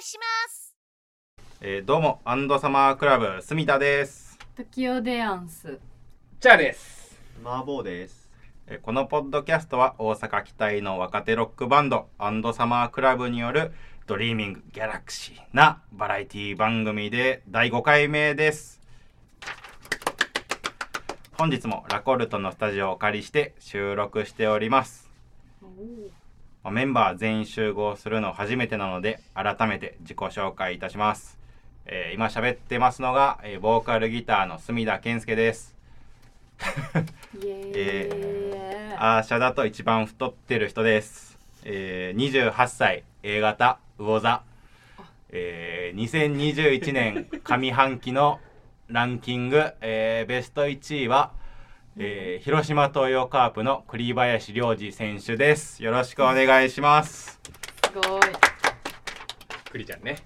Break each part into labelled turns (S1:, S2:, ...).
S1: いします
S2: えー、どうも、アンドサマークラブ、住田です。
S3: 時オデアンス
S4: じゃあです。
S5: 麻婆です。
S2: えーこのポッドキャストは大阪期待の若手ロックバンド、アンドサマークラブによるドリーミングギャラクシーなバラエティ番組で第5回目です。本日もラコルトのスタジオをお借りして収録しております。まあメンバー全員集合するの初めてなので改めて自己紹介いたします、えー今喋ってますのが、えーボーカルギターの隅田健介です
S3: イエーイ、
S2: えアーシャだと一番太ってる人です、えー28歳 A 型魚座、えー2021年上半期のランキング、えーベスト1位は、えー広島東洋カープの栗林良治選手ですよろしくお願いします
S3: すごい
S4: クリちゃんね。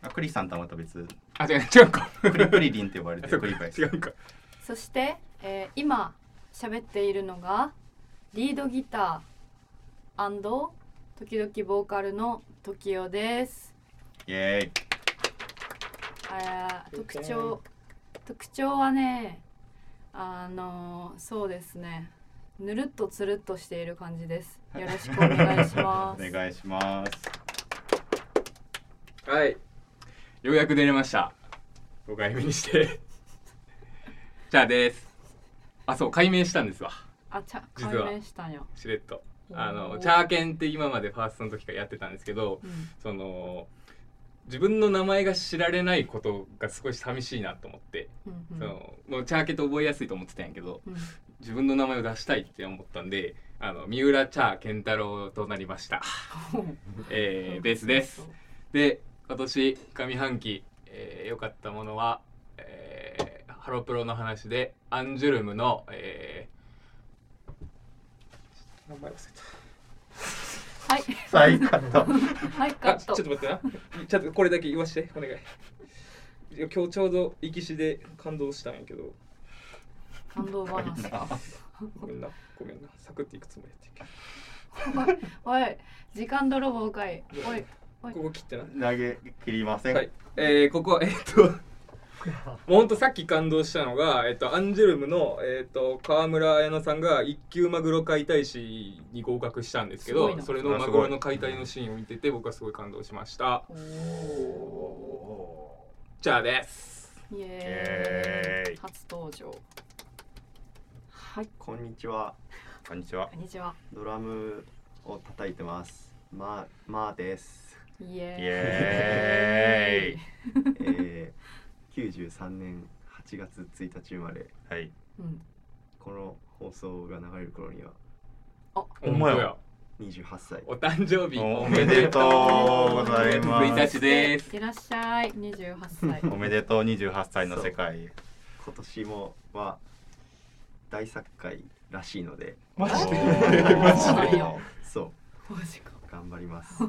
S2: あクリさんとはまた別
S4: あ、違う、違うか。
S2: クリクリリンって呼ばれて
S4: そ
S2: る
S4: うか
S2: クリパイ
S4: 違うか。
S3: そして、えー、今喋っているのがリードギター時々ボーカルの時オです、
S2: イエーイ
S3: えー、特徴特徴はねあのー、そうですねぬるっとつるっとしている感じですよろしくお願いしま す
S2: お願いします
S4: はい。ようやく出れました。5回目にして。じゃあです。あ、そう、解明したんですわ。
S3: あちゃ
S4: 実
S3: 解
S4: は
S3: 明したんよ、
S4: しれっと。あ
S3: お
S4: の、
S3: ー
S4: チャーケンって今までファーストの時からやってたんですけど、
S3: うん、
S4: その、自分の名前が知られないことが少し寂しいなと思って、
S3: うん
S4: そのもうチャーケンって覚えやすいと思ってたんやけど、
S3: うん
S4: 自分の名前を出したいって思ったんで、あの、三浦チャー健太郎となりま した。
S3: うん
S4: えー、ベースです。で今年上半期良、えー良かったものは、えーハロプロの話でアンジュルムの、えー、名前忘れ
S3: はい
S2: 最カット
S3: はい、カ
S4: たあ
S3: ット
S4: ちょっと。待ってなちょっとこれだけ言わしてお願いいや今日ちょうど行きしで感動したんやけど
S3: 感動話か。
S4: ごめんなごめんなサクっていくつもりやってる
S3: おい、時間泥棒かい。おい、はい
S4: ここ切ってな
S2: 投げ切りません、
S4: はい、えー、ここはえーっと もうほんとさっき感動したのが、えっとアンジュルムの、えっと川村綾乃さんが一級マグロ解体師に合格したんですけ
S3: すごい
S4: ど
S3: な
S4: それのマグロの解体のシーンを見てて僕はすごい感動しました
S3: お
S4: じゃあです
S3: ーイエ
S2: イエー
S3: ー
S2: イ
S3: イ。初登場。はい、
S5: こんにちは。
S2: こんにちは
S3: こんにちは。
S5: ドラムを叩いてます。まあ、まあです。
S3: イエ
S2: イ
S3: ーイ。
S2: エ
S5: えー、93年8月1日生まれ。
S2: ーイはい
S3: うん、
S5: この放送が流れる頃には
S2: ほんまや
S4: ほんと
S5: 28歳。
S4: お誕生日
S2: おめでとうござい
S4: おめで
S2: ま
S4: と
S2: す
S4: うです
S3: いらっしゃい、二十八歳。
S2: おめでとう28歳の世界へ
S5: 今年もは大作界らしいので、
S4: マジで
S2: おー
S4: マジ
S3: そうなん
S4: で
S3: よ
S5: そ
S3: マジか。
S5: う、頑張り ます。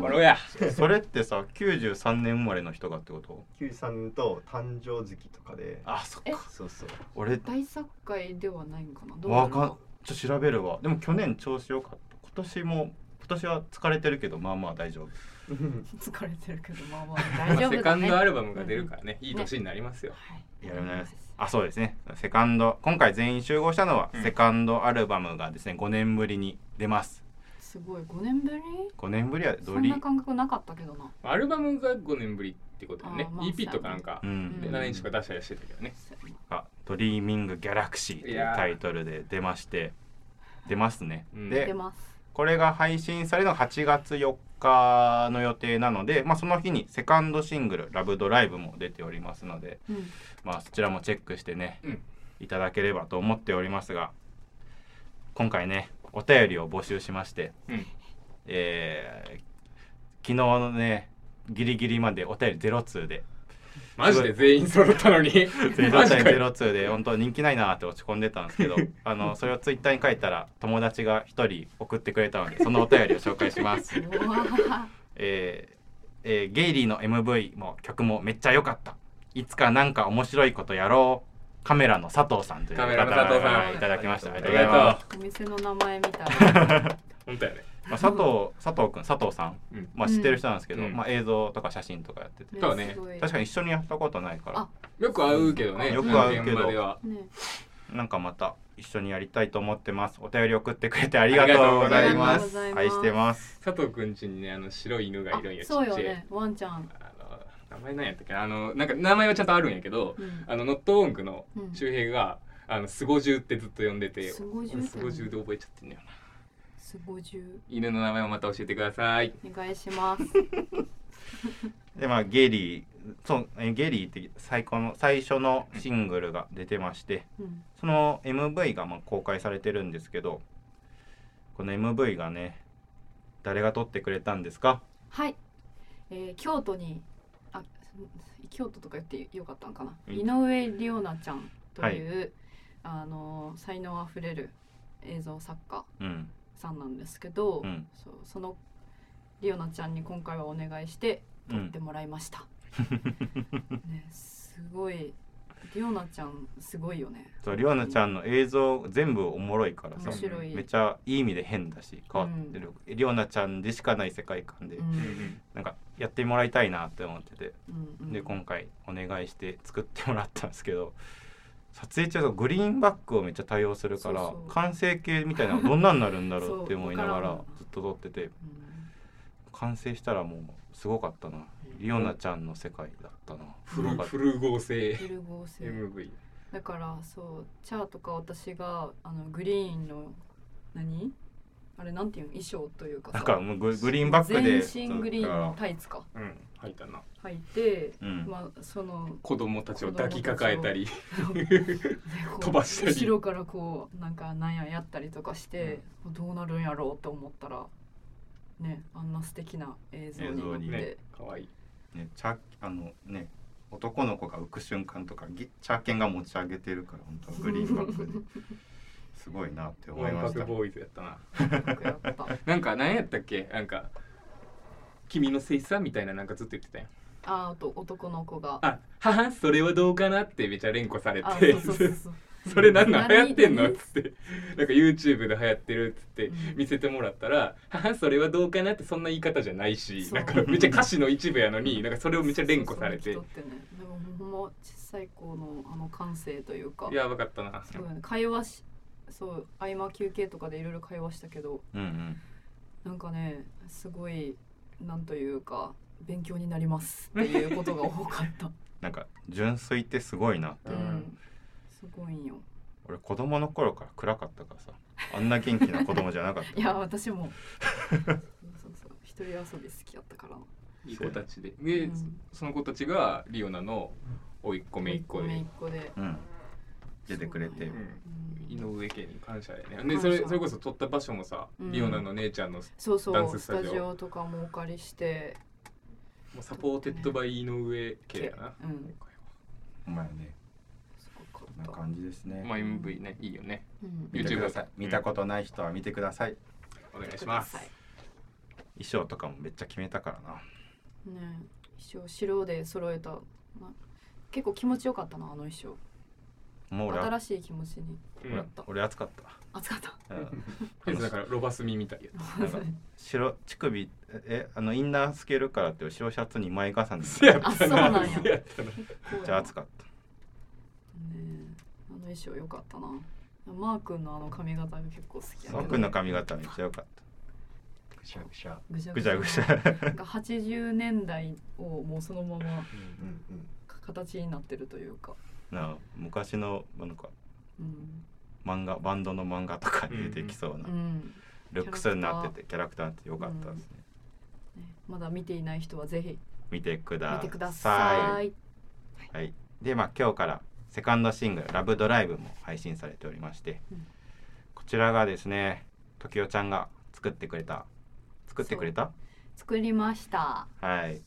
S4: まろや
S2: それってさ93年生まれの人がってこと
S5: 93年と誕生月とかで、
S2: あそっ
S3: え
S2: か
S5: そう そう。
S2: 俺
S3: 大作会ではないんかな。どうな
S2: わ
S3: の
S2: かんちょっと調べるわでも去年調子良かった今年も今年は疲れてるけどまあまあ大丈夫
S3: 疲れてるけど、まあまあ、
S4: ま
S3: 大
S4: あ
S3: 丈夫だね。
S4: セカンドアルバムが出るからねいい年になりますよ
S3: はい。
S2: やるねあそうですねセカンド今回全員集合したのは、
S4: うん
S2: セカンドアルバムがですね5年ぶりに出ます
S3: すごい、五年ぶり。
S2: 5年ぶりは
S3: そ
S2: ド
S3: ん
S2: リ
S3: な感覚なかったけどな。
S4: アルバムが5年ぶりってことだよね
S3: あーまあ
S4: EP とかなんか
S2: う
S4: で
S2: ん
S4: 7日とか出したりはしてたけどね
S2: がドリーミングギャラクシーというタイトルで出まして出ますね、
S4: うん
S2: で
S3: 出ます。
S2: これが配信されるのが8月4日の予定なので、まあ、その日にセカンドシングル「ラブドライブも出ておりますので、
S3: うん。
S2: まあ、そちらもチェックしてね、
S4: うん
S2: いただければと思っておりますが今回ねお便りを募集しまして、
S4: うん
S2: えー昨日のねギリギリまでお便りゼロ通で
S4: マジで 全員揃ったのに
S2: ゼロ
S4: マジ
S2: 対
S4: か
S2: ゼ
S4: よ
S2: ロツーで本当人気ないなって落ち込んでたんですけどあのそれをツイッターに書いたら友達が一人送ってくれたのでそのお便りを紹介しま す
S3: うわー
S2: えーえーゲイリーの MV も曲もめっちゃ良かったいつかなんか面白いことやろうカメラの佐藤さんという
S4: カ
S2: 方
S4: メ
S2: か
S4: ラの佐藤さん
S2: らいただきましたあ
S4: あ
S2: り
S4: り
S2: が
S4: が
S2: と
S4: と
S2: う
S4: う
S2: ございます
S3: お店の名前みたいな。
S4: 本当やね
S2: まあ、佐佐藤佐藤君佐藤さん、
S4: うん
S2: まあ、知ってる人なんですけど、
S4: うん
S2: まあ、映像とか写真とかやってて、
S4: そうね
S3: すごい
S2: 確かに一緒にやったことないから
S3: あ
S4: よく会うけどね
S2: よ
S3: く会
S2: うけど
S4: 現場では
S3: ね
S2: なんかまた一緒にやりたいと思ってますお便り送ってくれてありがとうございま
S3: ありがとうご
S2: す
S3: ざいます
S2: 愛してます
S4: 佐藤くんちにねあの白い犬がいるんや
S3: あ
S4: ちっ
S3: そうよ
S4: ちゃい
S3: ねワンちゃん、
S4: あの名前なんやったっけなあのなんか名前はちゃんとあるんやけど
S3: うん、
S4: あのノットウォンクの
S3: うん
S4: 周平が「あのスゴジュウ」ってずっと呼んでて
S3: スゴジュウっ
S4: 俺
S3: て
S4: スゴジュウで覚えちゃってんだよな
S3: すごじゅ
S4: 犬の名前をまた教えてください
S3: お願いします
S2: でまあゲリーそうえゲリーって最高の最初のシングルが出てまして
S3: うん
S2: その MV がまあ公開されてるんですけどこの MV がね誰が撮ってくれたんですか
S3: はい、えー、京都にあ京都とか言ってよかったんかな、
S2: うん
S3: 井上里央奈ちゃんという、あのー才能あふれる映像作家
S2: うん
S3: さんなんですけど、
S2: うん
S3: そうその里央奈ちゃんに今回はお願いして
S2: う
S3: 撮っ
S2: ん
S3: てもらいました、ね、すごい里央奈ちゃんすごいよね
S2: そうりょうなちゃんの映像全部おもろいからさ
S3: 面白い
S2: めっちゃいい意味で変だし変わってる、りょうなちゃんでしかない世界観で、
S3: うん
S2: なんかやってもらいたいなって思ってて、
S3: うんうん
S2: で今回お願いして作ってもらったんですけど撮影中のグリーンバックをめっちゃ多用するから
S3: そうそう
S2: 完成形みたいなのどんなんなるんだろうって
S3: そう
S2: 思いなが
S3: わ
S2: ら
S3: からん
S2: ずっと撮ってて
S3: うん
S2: 完成したらもうすごかったなりおなちゃんの世界だったな
S4: フル
S2: なんか
S4: フル合成
S3: フル合成
S4: MV
S3: だからそうチャーとか私があのグリーンの何あれなんていうの衣装というかさ
S2: なんかもうググリーンバックで
S3: 全身グリーンのタイツか
S4: うん入ったな
S3: 履いて、
S2: うん
S3: まあその
S4: 子供たちを抱きかかえたり
S3: こう
S4: 飛ばしたり
S3: 後ろからこうなんかなんややったりとかして、どうなるんやろうと思ったらねあんな素敵な映像になっ
S2: 映像に
S4: ね
S3: て、
S4: 可愛い
S2: ねチャーあのね男の子が浮く瞬間とかぎチャーケンが持ち上げてるから本当はグリーンバック ですごいなって思
S4: ワ
S2: い
S4: ン
S2: ま
S4: パ
S2: した
S4: クボーイズやったな
S3: かっこよかった
S4: なんか何やったっけなんか君のせいさみたいななんかずっと言ってたやん
S3: ああと男の子が
S4: あははそれはどうかなってめちゃ連呼され
S3: あ
S4: て
S3: そうそうそうそう
S4: それなんなん流行ってんのっ
S3: 何
S4: つってなんか YouTube で流行ってるっつって
S3: うん
S4: 見せてもらったら「ははそれはどうかな」ってそんな言い方じゃないし
S3: そう
S4: なんかめっちゃ歌詞の一部やのになんかそれをめっちゃ連呼されて
S3: そうそうそう人ってねでもほんま小さい子のあの感性というか
S4: やばかったな
S3: すごいね会話しそう合間休憩とかでいろいろ会話したけど
S2: うんうん
S3: なんかねすごいなんというか勉強になりますっていうことが多かった、
S2: なんか純粋ってすごいな
S3: う
S4: う
S3: んん、すごいよ
S2: 俺子供の頃から暗かったからさあんな元気な子供じゃなかった
S3: いや私もそうそうそう一人遊び好きやったから
S4: いい子たちでで、
S3: うん
S4: その子たちがリオナの甥いっ子姪っ子で、
S3: めいっ子で
S2: うん出てくれて
S3: そううなんや
S4: ん
S3: うん
S4: 井上家に感謝やね
S3: 感
S4: で
S3: 謝
S4: それそれこそ撮った場所もさ、
S3: うん
S4: リオナの姉ちゃんの
S3: そうそ
S4: ダンス
S3: う
S4: ス
S3: ス
S4: タジオ
S3: タジオとかもお借りして
S4: もうサポーテッドバイ井上家やな、
S3: うん
S4: 今回
S2: お前ね
S3: すご
S2: こんな
S3: かった、
S2: 感じですね、
S4: はまあ MV ねいいよね
S3: うん
S2: 見てくださ
S4: YouTube
S2: い見たことない人は見てください、
S4: お願いします
S3: ください
S2: 衣装とかもめっちゃ決めたからな
S3: ね衣装白で揃えた、ま、結構気持ちよかったなあの衣装
S2: もう俺
S3: 新しい気持ちに
S4: う
S2: 俺
S4: ん
S2: 俺暑かっ
S3: 暑かった
S2: た、うん、
S4: フェスだからロバスミみたいやった
S2: なんか 白乳首えあのインナー透けるからって白シャツに前重ね
S4: せや
S2: て
S3: そう
S4: ったな
S3: なんや
S4: せやったな
S2: じゃ暑かっ
S3: ねえあの衣装良かったなマー君のあの髪型が結構好き
S2: た
S3: や
S2: その君の髪型めっちゃ良かっ
S5: ぐしゃぐしゃ。
S3: ぐちゃ
S2: た
S3: ぐ
S2: ぐ
S3: ち
S2: ち
S3: ゃ
S2: ゃぐちゃ
S3: なんか80年代をもうそのまま
S5: うんうん。
S3: 形になってるというか、
S2: なあ昔のなんか
S3: うん
S2: 漫画バンドの漫画とかに出てきそうな
S3: うん
S2: ルックスになっててキャラクターって良かったですね、
S3: ねまだ見ていない人はぜひ
S2: 見てく
S3: 見
S2: だ
S3: てくだ
S2: さ
S3: さ
S2: い
S3: い
S2: はい、でまあ今日からセカンドシングル「ラブドライブも配信されておりまして、
S3: うん
S2: こちらがですね時代ちゃんが作ってくれた作ってくれた
S3: 作りました
S2: はい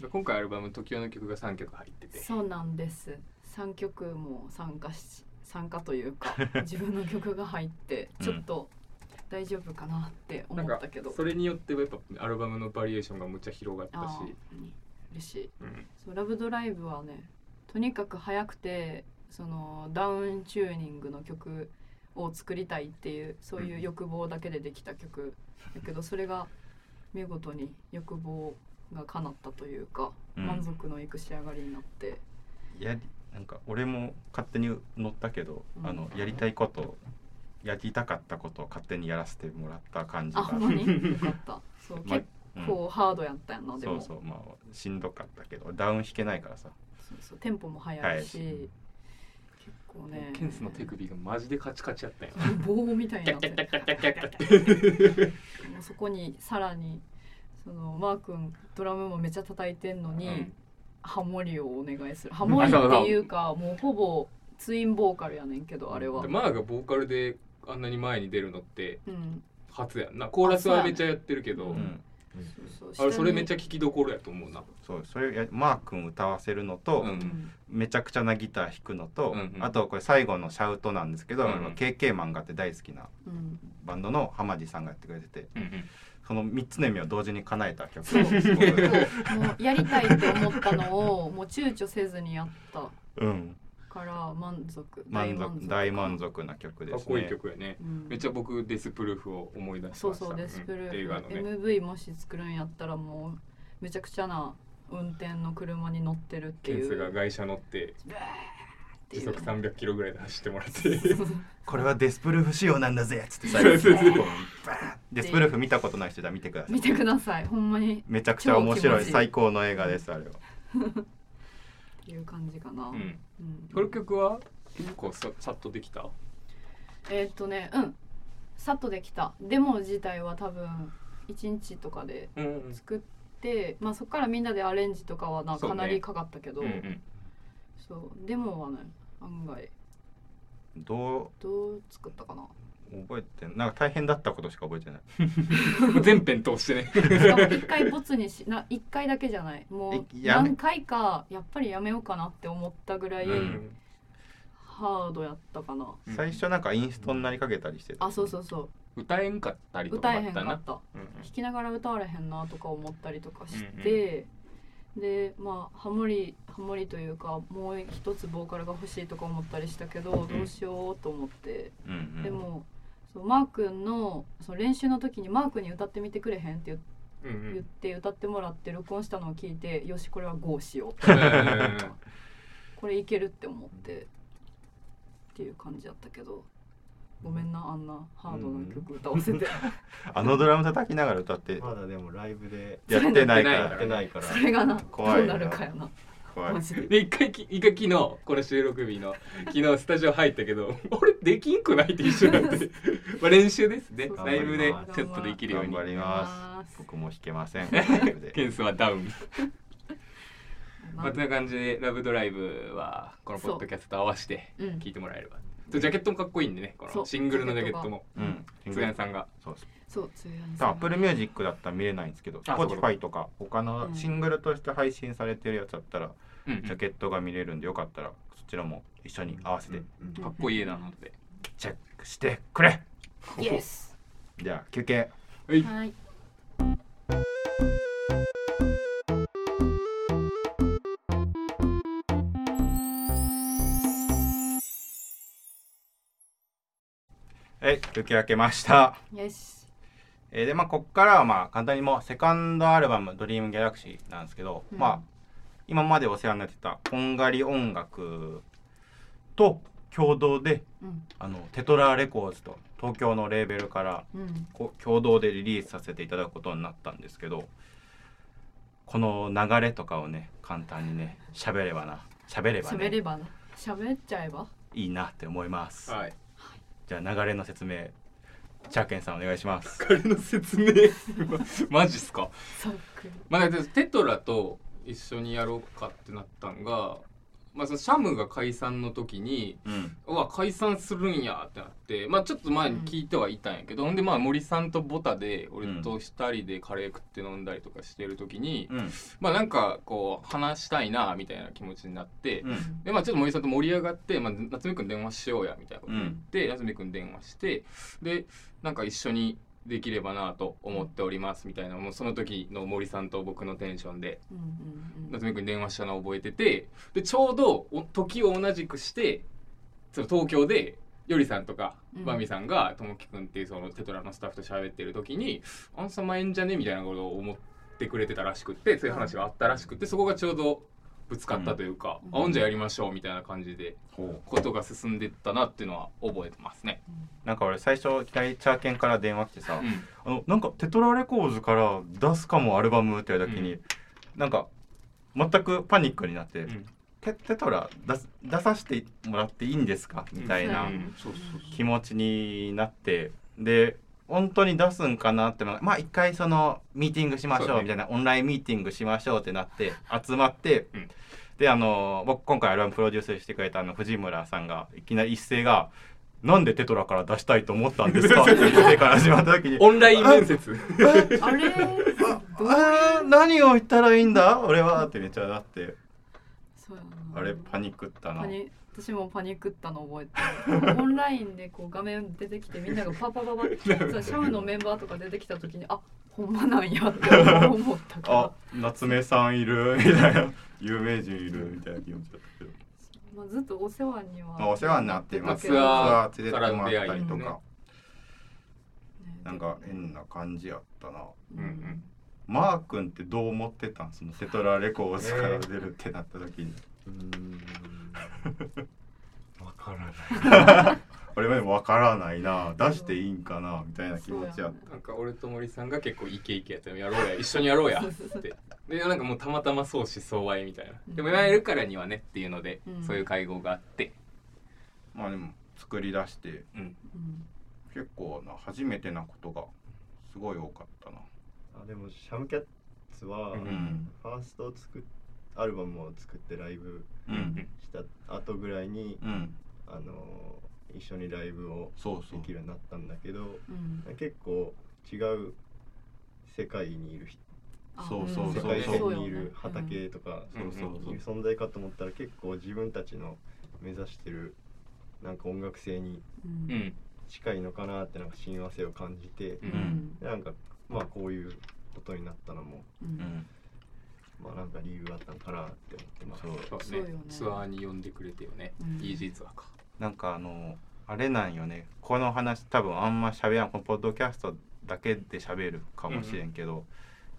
S4: で今回アルバム「時代の曲」が3曲入ってて
S3: そうなんです3曲も参加し参加という か自分の曲が入って
S2: うん
S3: ちょっと大丈夫かなって思
S4: なん
S3: っ
S4: か
S3: たけど、
S4: それによってやっぱアルバムのバリエーションがむっちゃ広がった
S3: あ
S4: し、
S3: ーうん嬉しい
S4: うん
S3: そう「ラブドライブはねとにかく速くてそのダウンチューニングの曲を作りたいっていうそういう欲望だけでできた曲だけどそれが見事に欲望が叶ったというか、
S2: うん
S3: 満足のいく仕上がりになって
S2: やりなんか俺も勝手に乗ったけど、
S3: うん
S2: あのやりたいことやりたかったことを勝手にやらせてもらった感じ
S3: あ
S2: が
S3: ほんまに よかったそう
S2: まあ
S3: 結構ハードやったやな、
S2: うん
S3: で
S2: そ
S3: も
S2: うそうまあしんどかったけどダウン引けないからさ
S3: そうそうテンポも速いし、
S2: 速い
S3: 結構ね
S4: ケンスの手首がマジでカチカチやったよ。
S3: 棒みたいに
S4: キ
S3: な
S4: ャ
S3: っ
S4: ッキ
S3: て
S4: ャッキャッキャッキャッキャッキャ
S3: も
S4: ッ
S3: うそこにさらにそのマー君ドラムもめっちゃ叩いてんのに、
S2: うん
S3: ハモリをお願いするハモリっていうかもうほぼツインボーカルやねんけどあれは
S4: で、マーがボーカルであんなに前に出るのって
S3: うん、
S4: 初やんなコーラスはめっちゃやってるけど、
S3: う
S2: うんん
S3: そう
S4: あれそれめっちゃ
S3: ゃ、
S4: 聞きどころやと思うな
S2: そうそれやマー君歌わせるのと、
S4: うん
S3: うん
S2: めちゃくちゃなギター弾くのと、
S4: うんうん
S2: あとこれ最後のシャウトなんですけど、
S4: うんうん
S2: あの KK 漫画って大好きな
S3: うん、
S2: バンドの浜地さんがやってくれてて
S4: うんうん
S2: その3つの意味を同時に叶えた曲
S3: そう
S2: すごい
S3: 結構もうやりたいって思ったのをもう躊躇せずにやった
S2: うん、
S3: から満足
S2: 満足大満足な曲です
S4: か
S2: ね
S4: っこいい曲やね
S3: うん
S4: めっちゃ僕デスプルーフを思い出しました
S3: そうそうデスプル
S4: うん映
S3: ー
S4: 画
S3: フ、
S4: のね
S3: MV もし作るんやったらもうめちゃくちゃな運転の車に乗ってるって
S4: ケ
S3: い
S4: ン
S3: う
S4: スが外車乗って
S3: ブワーってい
S4: 時
S3: う
S4: 速300キロぐらいで走ってもらって
S2: これはデスプルーフ仕様なんだぜっつって最後に
S4: そうそうそう
S2: こうバーンデスプルーフ見たことない人だ見てください
S3: 見てくださいほんまにっ
S2: めちゃくちゃ面
S3: 超気
S2: 白
S3: 持
S2: い
S3: ちいい
S2: 最高の映画ですあれは
S3: ていう感じかな、
S4: うん
S3: うん
S4: この曲は結構ささっとできた
S3: えーっとねうんさっとできたデモ自体は多分1日とかで
S4: うんうん
S3: 作って、まあそこからみんなでアレンジとかはな、
S4: そうね
S3: かなりかかったけど、
S4: うんうん
S3: そうデモはね案外
S2: ど
S3: どう作ったかな
S2: う覚えてんなんか大変だったことしか覚えてない
S4: 全編通してね
S3: しかも一回ボツにしな一回だけじゃないもう
S2: いやめ
S3: 何回かやっぱりやめようかなって思ったぐらい
S2: うん
S3: ハードやったかな、
S4: うん
S2: 最初なんかインストになりかけたりしてた
S3: あそうそうそ
S4: 歌えんかったり
S3: う
S4: とか
S3: 歌え
S4: もあ
S3: へ
S4: っ
S3: んか
S4: たな
S3: った
S4: うんうん
S3: 弾きながら歌われへんなとか思ったりとかして、でまあハモリハモリというかもう一つボーカルが欲しいとか思ったりしたけど、
S4: ん
S3: どうしようと思って、
S2: うんうん
S3: でもそうマー君のその練習の時にマー君に歌ってみてくれへんって言っ
S4: うんうん
S3: 言って歌ってもらって録音したのを聞いてよしこれは GO しよう
S4: う
S3: これいけるって思ってっていう感じだったけどごめんなあんなハードな曲歌わせて、
S2: あのドラム叩きながら歌って
S5: まだでもライブで
S2: やってないか
S4: や
S5: や
S4: っ
S5: っ
S2: ら
S5: てないから
S3: それがな
S2: 怖い
S3: どう
S2: な
S3: なるかやな
S2: 怖い
S3: マジで
S4: んで一回き一回昨日この収録日の昨日スタジオ入ったけど 俺できんくないって一緒になってまあ練習ですね
S3: そうそう
S4: ライブでちょっとできるよう
S2: 頑
S4: に
S2: 張りま
S3: 頑張ります
S2: す僕も弾けませんで
S4: ケンスはダウンまあ
S3: な
S4: そんな感じで「ラブドライブ」はこのポッドキャストと合わせて
S3: うん
S4: 聞いてもらえればそうジャケットもかっこいいんでねこ
S3: そ
S4: の
S3: う
S4: シングルのジャケットも
S2: うん
S4: つやさんが
S2: そうです
S3: そうつやに
S2: アップルミュージックだったら見れないんですけど
S4: あそう
S2: Spotify とか他のシングルとして配信されてるやつだったら、
S4: うん
S2: ジャケットが見れるんでよかったらそちらも一緒に合わせて
S5: うん
S4: かっこいい絵なので
S2: チェックしてくれ、
S3: イエス
S2: じゃあ休憩
S4: はい
S3: はい
S2: はい休憩明けました
S3: イエス
S2: えーでまあこっからはまあ簡単にもうセカンドアルバム「ドリームギャラクシーなんですけど、
S3: うん
S2: まあ今までお世話になってたこんがり音楽と共同で
S3: うん
S2: あのテトラレコーズと東京のレーベルから
S3: うん
S2: こう共同でリリースさせていただくことになったんですけどこの流れとかをね簡単にね喋ればな喋れば
S3: 喋
S2: ね
S3: ればな喋っちゃえば
S2: いいなって思います
S4: はい
S2: じゃあ流れの説明チャーケンさんお願いします
S4: 彼の説明 マジっすか
S3: そっくり
S4: まあ、だってテトラと一緒にやろうかってなったんが、まあ、そのシャムが解散の時に
S2: うん
S4: うわ解散するんやってなって、まあ、ちょっと前に聞いてはいたんやけど、ほんでまあ森さんとボタで俺と2人でカレー食って飲んだりとかしてる時に、
S2: うん
S4: まあなんかこう話したいなみたいな気持ちになって、
S2: うん
S4: でまあちょっと森さんと盛り上がって、まあ、夏目くん電話しようやみたいなこと言って、夏目くん電話してでなんか一緒にできればなと思っておりますみたいなもうその時の森さんと僕のテンションで
S3: うんうんうん
S4: 夏目くんに電話したのを覚えててでちょうどお時を同じくしてその東京でよりさんとか
S3: うん
S4: バミさんがともきくんっていうそのテトラのスタッフと喋ってる時に「あんさまえんじゃね?」みたいなことを思ってくれてたらしくってそういう話があったらしくってそこがちょうどぶつかったというか
S3: う
S4: 「
S3: ん
S4: あおんじゃやりましょう」みたいな感じでことが進んでったなっていうのは覚えてますね。
S2: なんか俺最初いきなりチャーケンから電話来てさ、
S4: うん
S2: あのなんかテトラレコーズから出すかもアルバムって言われた時に、
S4: う
S2: なんか全くパニックになって、
S4: うん
S2: テテトラ出す出させてもらっていいんですかみたいな
S4: うんそうそうそう
S2: 気持ちになってで本当に出すんかなってのがまあ一回そのミーティングしましょ
S4: そう
S2: う
S4: ね
S2: みたいな、オンラインミーティングしましょうってなって集まって、
S4: うん
S2: であの僕今回アルバムプロデュースしてくれたあの藤村さんがいきなり一斉が「なんでテトラから出したいと思ったんですか?」って一斉から始まった時に
S4: オンライン面接
S3: あ れ
S2: あー何を言ったらいいんだ俺はってめっちゃなって
S3: そうやな
S2: あれパニックったな
S3: パニ私もパニックったの覚えてるオンラインでこう画面出てきてみんながパパパ パってシャムのメンバーとか出てきた時にあほんまなん やって思ったから
S2: あ夏目さんいるみたいな有名人いるみたいな気持ちだったけど、
S3: まあ、ずっとお世話には、
S2: まあ、お世話になっています
S4: ツアー
S2: ツ連れてもらったりと
S4: からの出会いね
S2: か、
S3: ね
S2: なんか変な感じやったな
S4: うんうん
S2: マー君ってどう思ってたんそのセトラレコーズから出るってなった時に
S5: うーん。わからない。
S2: 俺はでも分からないな出していいんかなみたいな気持ちやっ
S4: なんか俺と森さんが結構イケイケやってやろうや一緒にやろうや
S3: そうそうそう
S4: ってでなんかもうたまたま相思相愛みたいな
S3: うん
S4: でも言われるからにはねっていうので、
S3: うん
S4: そういう会合があって、
S2: たまあでも作り出して
S4: う
S3: う
S4: ん、
S3: ん
S2: 結構な初めてなことがすごい多かったな
S5: あでもシャムキャッツは、
S2: うん
S5: ファーストを作っアルバムを作ってライブ
S2: うん
S5: した後ぐらいに、
S2: うん
S5: あのー一緒にライブを
S2: そうそ
S5: で
S2: う
S5: きるようになったんだけど、
S3: うん
S5: 結構違う世界にいる人
S3: あ
S2: そうそう
S3: うん
S5: 世
S2: そう
S5: 界
S2: そう
S5: 線
S3: そうよ
S5: に
S3: ね
S5: いる畑とか
S2: そうそう
S5: いう存在かと思ったら結構自分たちの目指してるなんか音楽性に
S3: うん
S4: うんうん
S5: 近いのかなってなんか親和性を感じて
S4: う
S3: うんん
S5: なんかまあこういうことになったのも
S3: う
S2: うんん
S5: まあなんか理由があったのかなって思ってます。
S2: そう
S4: そう
S3: そう
S4: ね
S3: よね
S4: ツアーに呼んでくれてよね、
S3: うん
S4: いい実はか
S2: なんかあのあれなんよねこの話多分あんましゃべらんこのポッドキャストだけでしゃべるかもしれんけど、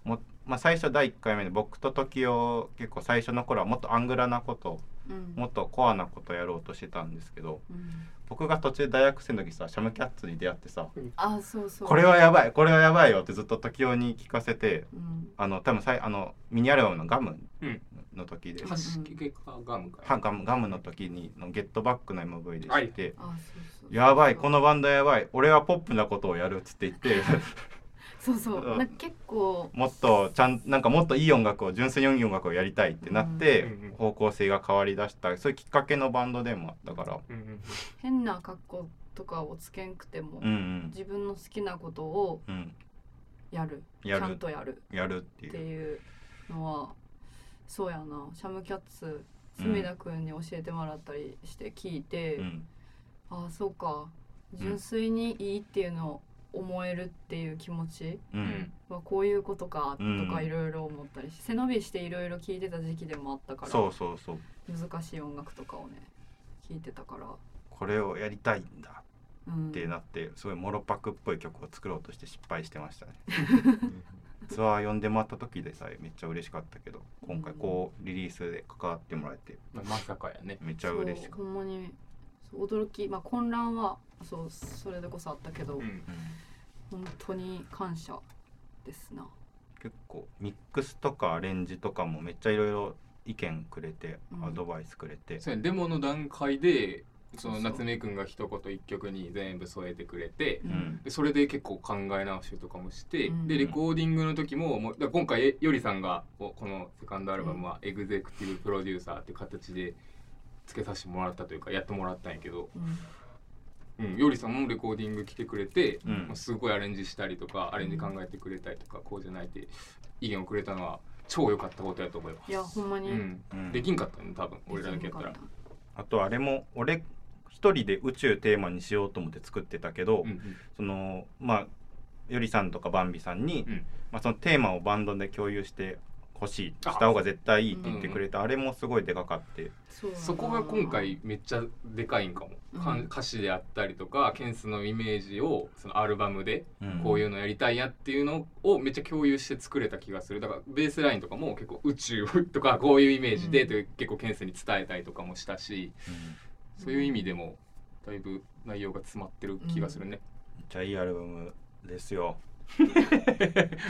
S2: もまあ、最初第1回目で僕と時を結構最初の頃はもっとアングラなこと
S3: うん
S2: もっとコアなことやろうとしてたんですけど
S3: うん
S2: 僕が途中大学生の時さシャムキャッツに出会ってさ
S3: あそう
S2: 「
S3: そう
S2: これはやばいこれはやばいよ」ってずっと時をに聞かせて
S3: うん
S2: あの多分さいあのミニアルバムの「ガム
S4: うん」
S2: の時で
S4: 橋木かガムか
S2: はガムガムの時にの「ゲットバック」の MV で知って、
S3: あそうそう
S2: やばいこのバンドやばい俺はポップなことをやるっつって言って
S3: そうそう
S2: うん
S3: なんか結構
S2: もっとちゃんなんかもっといい音楽を純粋にいい音楽をやりたいってなって、
S4: うんうん
S2: 方向性が変わりだしたそういうきっかけのバンドでもあったから
S4: うんうん
S3: 変な格好とかをつけんくても、
S2: うん
S3: 自分の好きなことを
S2: うんうん
S3: やる
S2: や
S3: ちゃん
S2: る
S3: とやる
S2: やるってい
S3: って
S2: う
S3: いうのはそうやなシャムキャッツ隅田君に教えてもらったりして聞いて、
S2: うん
S3: ああそうか純粋にいいっていうのを思えるっていう気持ち
S2: う
S4: うんん
S3: はこういうことか
S2: うん
S3: とかいろいろ思ったりし、背伸びしていろいろ聞いてた時期でもあったから
S2: そうそうそう
S3: 難しい音楽とかをね聞いてたから。
S2: これをやりたいんだ
S3: うん、
S2: ってなってすごいモロパクっぽい曲を作ろうとして失敗してましたねツアー呼んでもらった時でさえめっちゃ嬉しかったけど今回こうリリースで関わってもらえて
S4: まあまさかやね
S2: めっちゃ嬉しかっ
S3: そうほんまにそう驚き、まあ、混乱はそうそれでこそあったけど、
S4: うん
S2: た、うん
S3: 本当に感謝ですな。
S2: 結構ミックスとかアレンジとかもめっちゃいろいろ意見くれて、
S3: うん
S2: アドバイスくれて
S4: そうやねデモの段階でそ
S3: そ
S4: の
S3: うそう
S4: 夏目くんが一言一曲に全部添えてくれて、
S2: う
S3: うんん
S4: でそれで結構考え直しとかもして、
S3: うん
S4: でレコーディングの時ももうだから今回えよりさんがここのセカンドアルバムはエグゼクティブプロデューサーっていう形でつけさせてもらったというかやってもらったんやけど、
S3: うん
S4: うん、よりさんもレコーディング来てくれて、
S2: うん
S4: もうすごいアレンジしたりとかアレンジ考えてくれたりとかこうじゃないって意見をくれたのは超良かったことやと思います。
S3: いやほんま
S4: う
S3: に、
S4: ん
S2: うん
S4: できんかったよね多分俺らだ
S3: で
S4: けや
S3: き
S4: った
S3: なからっ。
S2: あとあれも俺一人で宇宙テーマにしようと思って作ってたけど、
S4: うんうん
S2: そのまあよりさんとかバンビさんに、
S4: うん
S2: まあ、そのテーマをバンドで共有して欲しいした方が絶対いいって言ってくれた、あれもすごいでかかって、
S3: そうやな
S4: そこが今回めっちゃでかいんかも、かん
S3: うん
S4: 歌詞であったりとかケンスのイメージをそのアルバムで
S2: うん
S4: こういうのやりたいやっていうのをめっちゃ共有して作れた気がするだからベースラインとかも結構宇宙とかこういうイメージでという結構ケンスに伝えたりとかもしたし
S2: うん
S4: そういう意味でもだいぶ内容が詰まってる気がするね、
S2: めっちゃいいアルバムですよ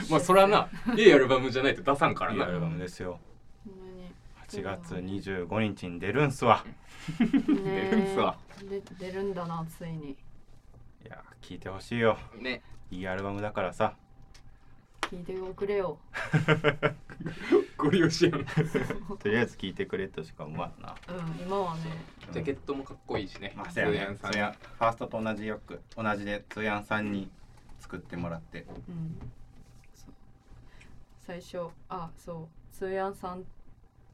S4: まあそら ないいアルバムじゃないと出さんから
S2: いいアル
S4: な
S2: バムですよ
S3: ほんま に
S2: 8月25日に出るんすわ
S4: 出るんすわ
S3: ねえで出るんだなついに
S2: いや聞いてほしいよ
S4: ね
S2: いいアルバムだからさ
S3: 聞いておくれ よ
S4: ご利用し やん
S2: とりあえず聞いてくれとしか思わんな
S3: うん今はね
S4: ジャケットもかっこいいしね
S2: まあ、せやね
S4: ヤンさ
S2: そや
S4: ん
S2: ファーストと同じよく同じでつやんさんに作ってもらって
S3: うんそう最初あそう通やんさん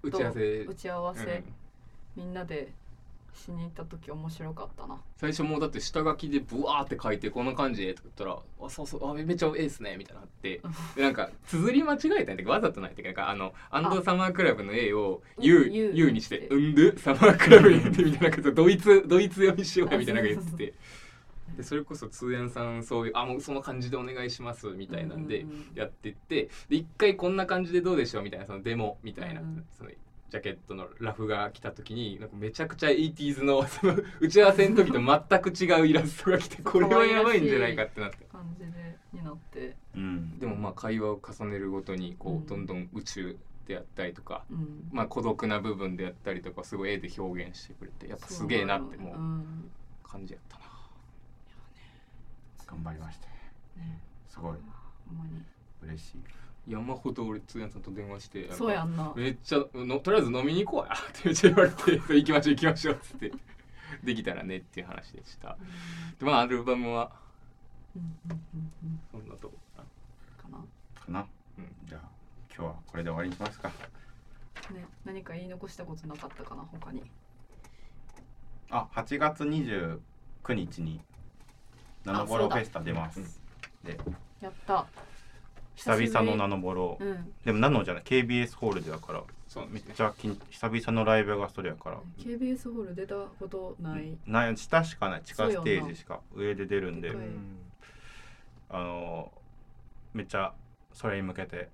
S4: 打ち合わせ
S3: 打ち合わせ、
S4: うん
S3: みんなでしに行った時面白かったな
S4: 最初もうだって下書きでブワーって書いてこんな感じでとか言ったら「あそうそうあめっちゃええっすね」みたいなのあってでなんか綴り間違えたんやけどわざとないっていうかなんかあの「アンドサマークラブ」の A を「U」
S3: うん U
S4: U にして「うんでサマークラブ」にってみたいなことドイツドイツ読みしようやみたいなのが言っててでそれこそ通園さんそういう「あもうその感じでお願いします」みたいなんで
S3: うんうんうん
S4: やってってで一回こんな感じでどうでしょうみたいなそのデモみたいな
S3: うんうん
S4: そのジャケットのラフが来た時になんかめちゃくちゃ 80s の その打ち合わせの時と全く違うイラストが来 てこれはやばいんじゃないかってなって
S3: 感じでになって
S2: うん
S4: でもまあ会話を重ねるごとに
S3: う
S4: こ
S3: ん
S4: うどんどん宇宙であったりとか、
S3: うん
S4: まあ、孤独な部分であったりとかすごい絵で表現してくれてやっぱすげえなっても
S3: う
S4: うん感じやったな
S2: 頑張りました
S3: ね
S2: すごい
S3: ほんまに
S2: 嬉しい
S4: 山ほど俺通夜さんと電話して
S3: そうやんな
S4: めっちゃのとりあえず飲みに行こうや ってめっちゃ言われてそう行きましょう行きましょうっつってできたらねっていう話でしたでまあアルバムは
S3: うんうんうんうん
S4: そんなとこかな
S3: かな
S2: かな、
S4: うん
S2: じゃあ今日はこれで終わりにしますか
S3: ね何か言い残したことなかったかな他に
S2: あ8月29日にナノボロフェスタ出ます
S3: やった
S2: 久々のナ
S3: ノ
S2: ノボロ、
S3: うん
S2: でもナノじゃない KBS ホールでだから
S4: そう
S2: めっ
S4: ね
S2: ちゃ緊久々のライブがそれやから、
S3: KBS ホール出たことない
S2: ない下しかない地下
S3: そう
S2: ス
S3: よな
S2: テージしか上で出るんで、
S3: でかい
S2: あのめっちゃそれに向けて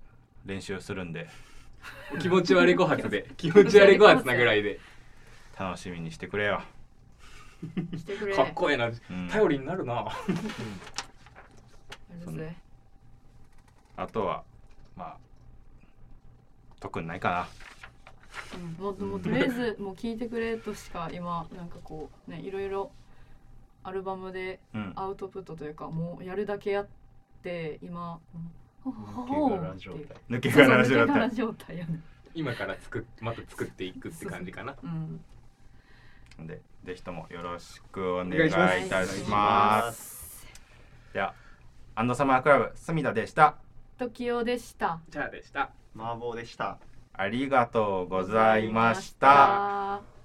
S2: 練習するんで
S4: 気持ち悪い5発で気持ち悪い5発なぐらいで
S2: 楽しみにしてくれよ、
S3: してくれ
S4: かっこええな
S2: うん
S4: 頼りになるな
S3: やるぜ
S2: あとはまあ特にないか
S3: うんもうもうとりあえずもう聞いてくれとしか今なんかこうねいろいろアルバムで
S2: なうん
S3: アウトプットというかもうやるだけやって今ほほほ
S5: 抜け
S3: ほ
S2: 抜け
S3: そう
S5: 殻状態
S3: そ
S2: 殻状態
S3: う抜け殻状態やね
S4: 今から作っまた作っていくって感じかな
S3: うん
S2: でぜひともよろしくお願いいたし
S3: お
S2: ま
S3: 願いします
S2: ではアンドサマークラブ隅田でした
S3: 時代でした
S4: じゃあでした
S5: 麻婆でした
S2: ありがとうございまし
S3: ござ
S2: た
S3: いました